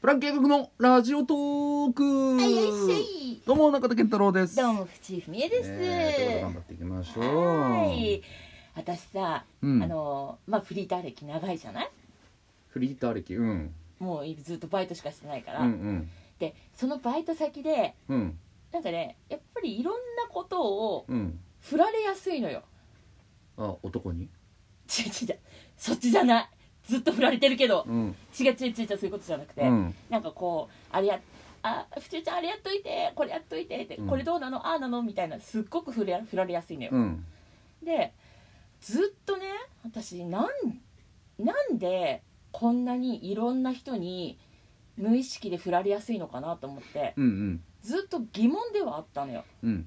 プラン計画のラジオトークあいらっしゃいどうも中田健太郎ですどうも藤井文江です、えーということで頑張っていきましょうはい私さ、うんあのまあフリーター歴長いじゃないフリーター歴うんもうずっとバイトしかしてないかうら、んうんでそのバイト先でうんなんかねやっぱりいろんなことをうん振られやすいのよあ男に違う違う違うそっちじゃないずっと振られてるけどうん違う違う違う違うそういうことじゃなくて、うんなんかこうあれやあふちゅうちゃんあれやっといてこれやっといてって、うんこれどうなのああなのみたいなすっごく振ら振られやすいのよ、うんでずっとね私なんなんでこんなにいろんな人に無意識で振られやすいのかなと思ってうんうんずっと疑問ではあったのようん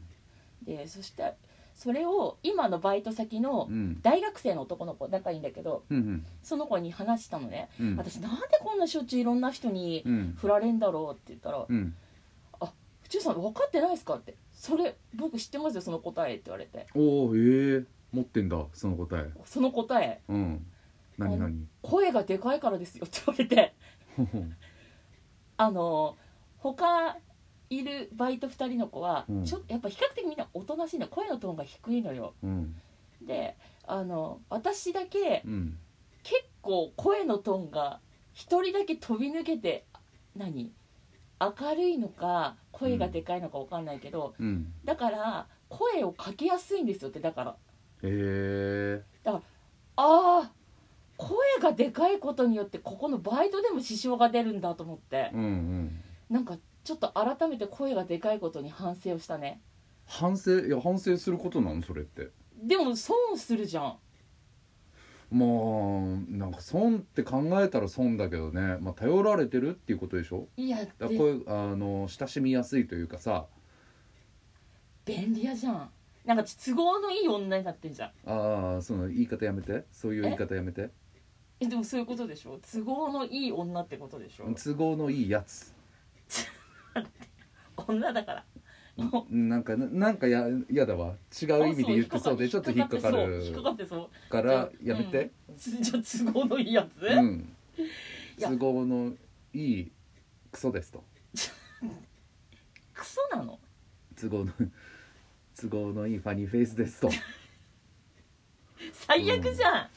でそしてそれを今のバイト先のうん大学生の男の子仲いいんだけどうんうんその子に話したのね、うん私なんでこんなしょっちゅういろんな人にうん振られんだろうって言ったらうん「府中さん分かってないですか?」って「それ僕知ってますよその答え」って言われておおええ持ってんだその答えその答えうん何何 「声がでかいからですよ」って言われてほほあの他いるバイト2人の子は、うんちょっとやっぱ比較的みんなおとなしいの声のトーンが低いのようんであの私だけうん結構声のトーンが1人だけ飛び抜けてあ何明るいのか声がでかいのか分かんないけど、うんだから声をかけやすいんですよってだからへえああ声がでかいことによってここのバイトでも支障が出るんだと思って。うんうんなんかちょっと改めて声がでかいことに反省をしたね反省いや反省することなのそれってでも損するじゃんまあなんか損って考えたら損だけどね、まあ、頼られてるっていうことでしょいやだかでらこういうあの親しみやすいというかさ便利屋じゃんなんか都合のいい女になってんじゃんああその言い方やめてそういう言い方やめてえでもそういうことでしょ都合のいい女ってことでしょ都合のいいやつ女だからもなんかななんかややだわ違う意味で言ってそうでちょっと引っかかそう引っかるかってそうからやめて、うん じゃあ都合のいいやつ、うん、いや都合のいいクソですとクソなの都合の都合のいいファニーフェイスですと最悪じゃん、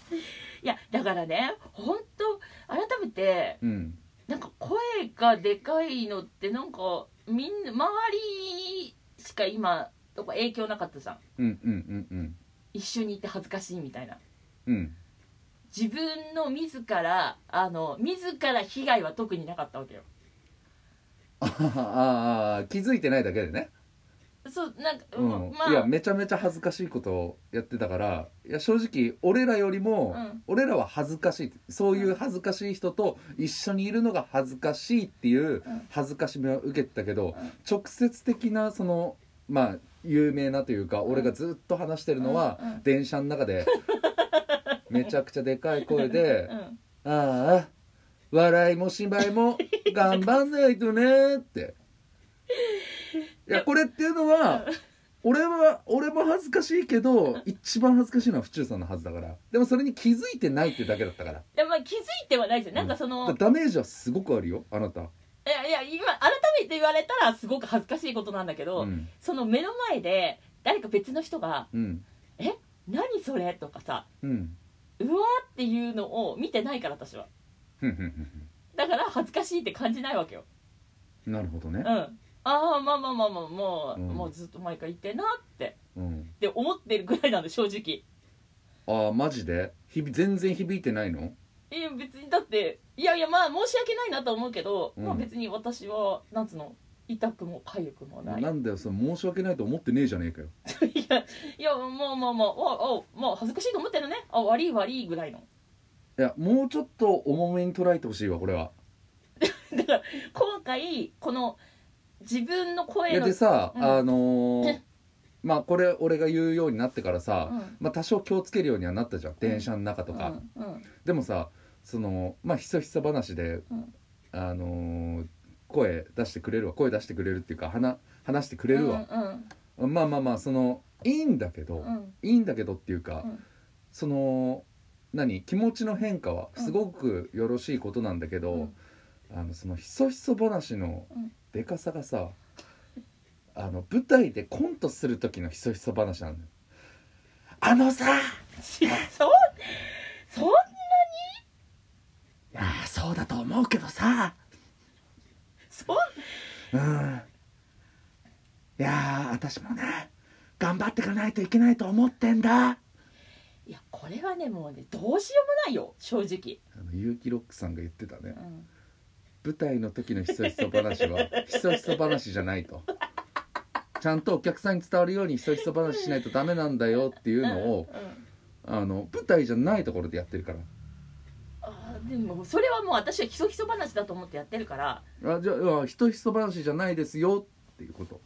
いやだからね本当改めてうんなんか声がでかいのってなんかみんな周りしか今とか影響なかったじゃんうんうんうん一緒にいて恥ずかしいみたいなうんうん自分の自らあの自ら被害は特になかったわけよああ気づいてないだけでね、そうなんか、うんまあいやめちゃめちゃ恥ずかしいことをやってたからいや正直俺らよりも、うん俺らは恥ずかしいそういう恥ずかしい人と一緒にいるのが恥ずかしいっていう恥ずかしみは受けてたけど、うん直接的なそのまあ有名なというか、俺がずっと話してるのは、うんうん電車の中 でめちゃくちゃでかい声でうん「ああ笑いも芝居も頑張んないとね」って。いやこれっていうのは俺は俺も恥ずかしいけど一番恥ずかしいのは府中さんのはずだからでもそれに気づいてないっていうだけだったからいやまあ気づいてはないじゃんなんかその、だダメージはすごくあるよあなたいやいや今改めて言われたらすごく恥ずかしいことなんだけど、うんその目の前で誰か別の人がうん「何それ?」とかさうん「うわ」っていうのを見てないから私はふんふんふんふんだから恥ずかしいって感じないわけよなるほどねうん、ああまあまあまあまあもう、うんもうずっと前から言ってんなってうんって思ってるぐらいなの正直ああマジでひび全然響いてないのいや別にだっていやいやまあ申し訳ないなとは思うけど、うんまあ別に私はなんつうの痛くも痒くもないいなんだよその申し訳ないと思ってねえじゃねえかよや いやまあまあまあおおまあ恥ずかしいと思ってるねあ悪い悪いぐらいの いやもうちょっと重めに捉えてほしいわこれはだから今回この自分のい声やのでさ、うんあの ーえまあこれ俺が言うようになってからさ、うんまあ、多少気をつけるようにはなったじゃん電車の中とか、うんうんでもさそのまあひそひそ話で、うんあのー声出してくれるわ声出してくれるっていうか話話してくれるわ、まあまあまあそのいいんだけど、うんうんいいんだけどっていうか、うんその何気持ちの変化はすごくよろしいことなんだけど、うんあのそのひそひそ話のうんでかさがさ、あの舞台でコントする時のひそひそ話なんだよあのさ そそんああそうだと思うけどさそんうんいやー私もね頑張っていかないといけないと思ってんだいやこれはねもうねどうしようもないよ正直、あの結城ロックさんが言ってたねうん、舞台の時のひそひそ話はひそひそ話じゃないとちゃんとお客さんに伝わるようにひそひそ話しないとダメなんだよっていうのをうんうんあの舞台じゃないところでやってるかあーでもそれはもう私はひそひそ話だと思ってやってるかららあじゃああひとひそ話じゃないですよっていうこと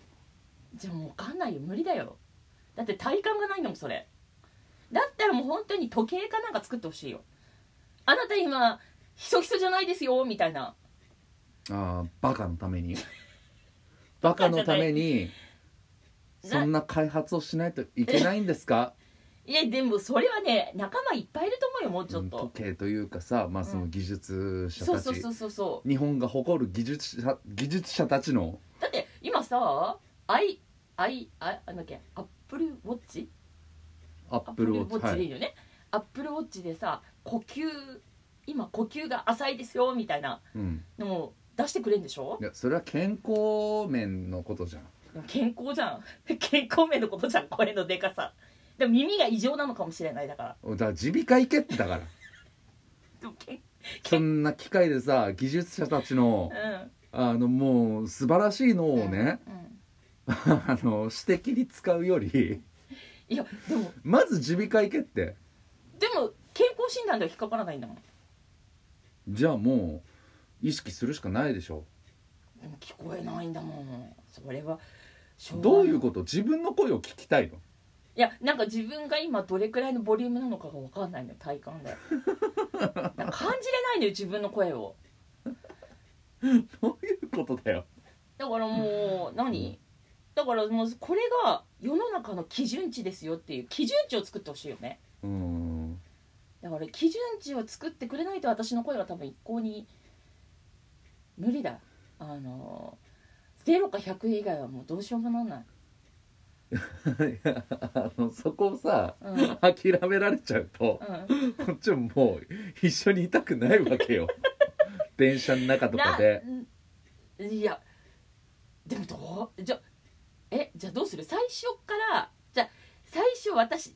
じゃあもう分かんないよ無理だよだって体感がないんだもんそれだったらもう本当に時計かなんか作ってほしいよあなた今ひそひそじゃないですよみたいなああバカのためにバカのためになそんな開発をしないといけないんですかいやでもそれはね仲間いっぱいいると思うよもうちょっうんと、時計というかさ、まあ、その技術者そうたち、そうそうそうそ日本が誇る技術者技術者たちのうだって今さアイアイあなんだっけアップルウォッチアアッッププルルウウォォッチ、ッはチでいいいよね、アップルウォッチでさ呼吸今呼吸が浅いですよみたいなうん、のを出してくれるんでしょいやそれは健康面のことじゃんでも健康じゃん 健康面のことじゃん声のでかさでも耳が異常なのかもしれないだからだから耳鼻科行けってだ からでもけんそんな機械でさ技術者たちのうんあのもう素晴らしい脳をね、、うん、 あの私的に使うよりいやでもまず耳鼻科行けってでも健康診断では引っかからないんだもんじゃあもう意識するしかないでしょでも聞こえないんだもんそれはしょがなどういうこと自分の声を聞きたいのいやなんか自分が今どれくらいのボリュームなのかが分かんないのよ体感 でなんか感じれないのよ自分の声をどういうことだよだからもう何だからもうこれが世の中の基準値ですよっていう基準値を作ってほしいよねうーん だから基準値を作ってくれないと私の声は多分一向に無理だあの0か100以外はもうどうしようもなんない、いやあのそこをさうんうん、諦められちゃうとこっちももう一緒にいたくないわけよ 電車の中とかでなんいやでもどうじゃえじゃあどうする最初からじゃあ最初私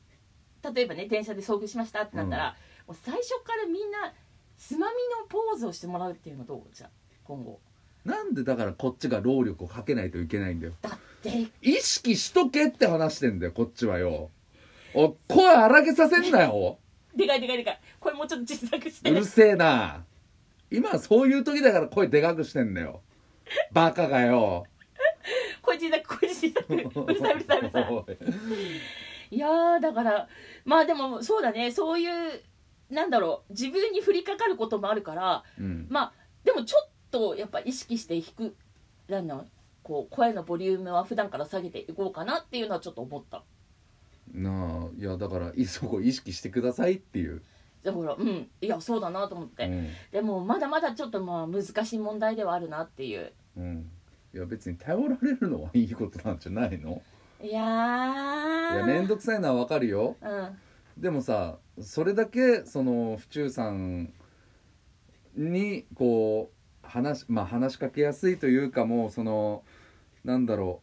例えばね電車で遭遇しましたってなったら、もう最初からみんなつまみのポーズをしてもらうっていうのどうじゃあ今後なんでだからこっちが労力をかけないといけないんだよだって意識しとけって話してんだよこっちはよおい声荒げさせんなよでかいでかいでかいこれもうちょっと小さくしうてるせえな今はそういう時だから声でかくしてんだよバカがよこれ小さくこれ小さくうるさいうるさいうるさいおいいやーだからまあでもそうだねそういうなんだろう自分に降りかかることもあるから うんまあでもちょっとやっぱ意識して低くなんだろうこう声のボリュームは普段から下げていこうかなっていうのはちょっと思ったなあいやだからいそこ意識してくださいっていう、だからうんいやそうだなと思っうて、んでもまだまだちょっとまあ難しい問題ではあるなっていううん、いや別に頼られるのはいいことなんじゃないのいやーいや面倒くさいのはわかるようんでもさそれだけその府中さんにこう話,、まあ、話しかけやすいというかもうそのなんだろ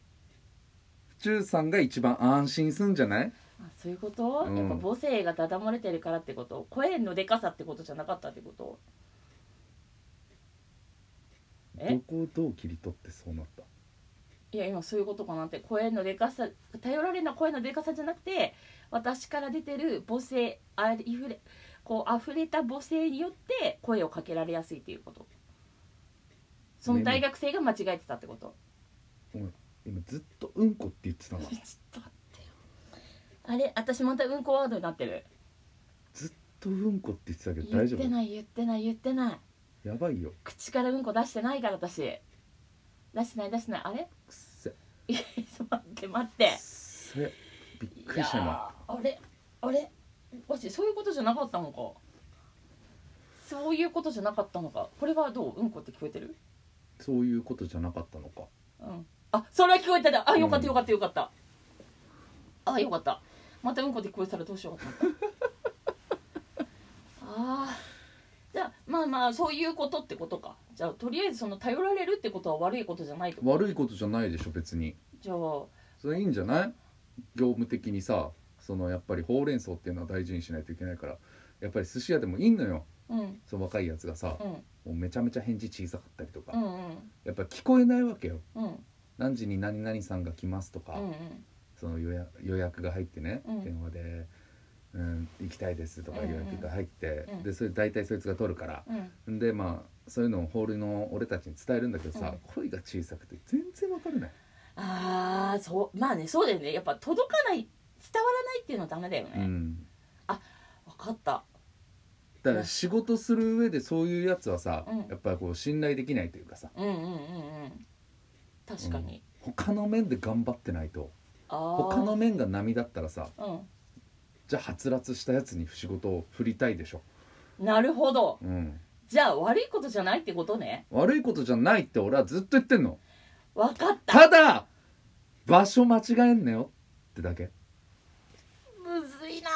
う府中さんが一番安心すんじゃないあそういうこと、うんやっぱ母性がダダ漏れてるからってこと声のでかさってことじゃなかったってことえどこをどう切り取ってそうなったいや今そういうことかなって声のでかさ頼られるのは声のでかさじゃなくて私から出てる母性ありふれこう溢れた母性によって声をかけられやすいっていうことその大学生が間違えてたってこと今ずっと「うんこ」って言ってたのちょっと待ってよあれ私またうんこワードになってるずっと「うんこ」って言ってたけど言っ大丈て夫ない言ってない言ってないやばいよ口からうんこ出してないから私出してない出してないあれ くっせくいやちょっと待って待っってせびっくりしたい今やーあれあれマジそういうことじゃなかったのかそういうことじゃなかったのかこれはどううんこって聞こえてるそういうことじゃなかったのかうんあそれは聞こえてたあよかっうんたよかったよかった、あよかったまたうんこって聞こえてたらどうしようかと思った ああじゃあまあまあそういうことってことかじゃあとりあえずその頼られるってことは悪いことじゃないと悪いことじゃないでしょ別にじゃあそれいいんじゃない業務的にさそのやっぱりほうれん草っていうのは大事にしないといけないからやっぱり寿司屋でもいいのようんその若いやつがさ、うんもうめちゃめちゃ返事小さかったりとか、うんうんやっぱ聞こえないわけようん何時に何々さんが来ますとか、うんその予約予約が入ってね、うん電話で、うん「行きたいです」とか予約が入って、うんうんでそれ大体そいつが取るから、うんでまあそういうのをホールの俺たちに伝えるんだけどさ、うん声が小さくて全然わからないああそうまあねそうだよねやっぱ届かない伝わらないっていうのはダメだよね、うん分かっただから仕事する上でそういうやつはさ、うんやっぱりこう信頼できないというかさうんうんうんうん確かに、他の面で頑張ってないとああ他の面が波だったらさうじゃあはつらつしたやつに仕事を振りたいでしょ、んなるほどうん、じゃあ悪いことじゃないってことね悪いことじゃないって俺はずっと言ってんの分かったただ場所間違えんなよってだけむずいな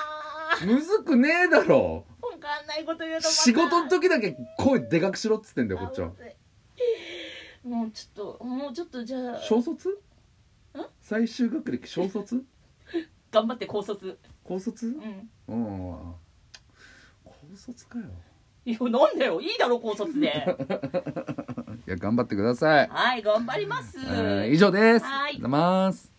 むずくねえだろ分かんないこと言うとまた仕事の時だけ声でかくしろっつってんだよこっちはあむずいもうちょっともうちょっとじゃあ小卒最終学歴小卒頑張って高卒高卒うんうん高卒かよいやなんだよいいだろ高卒 でいや頑張ってくださいはい頑張りますえー以上ですはいありがとうございます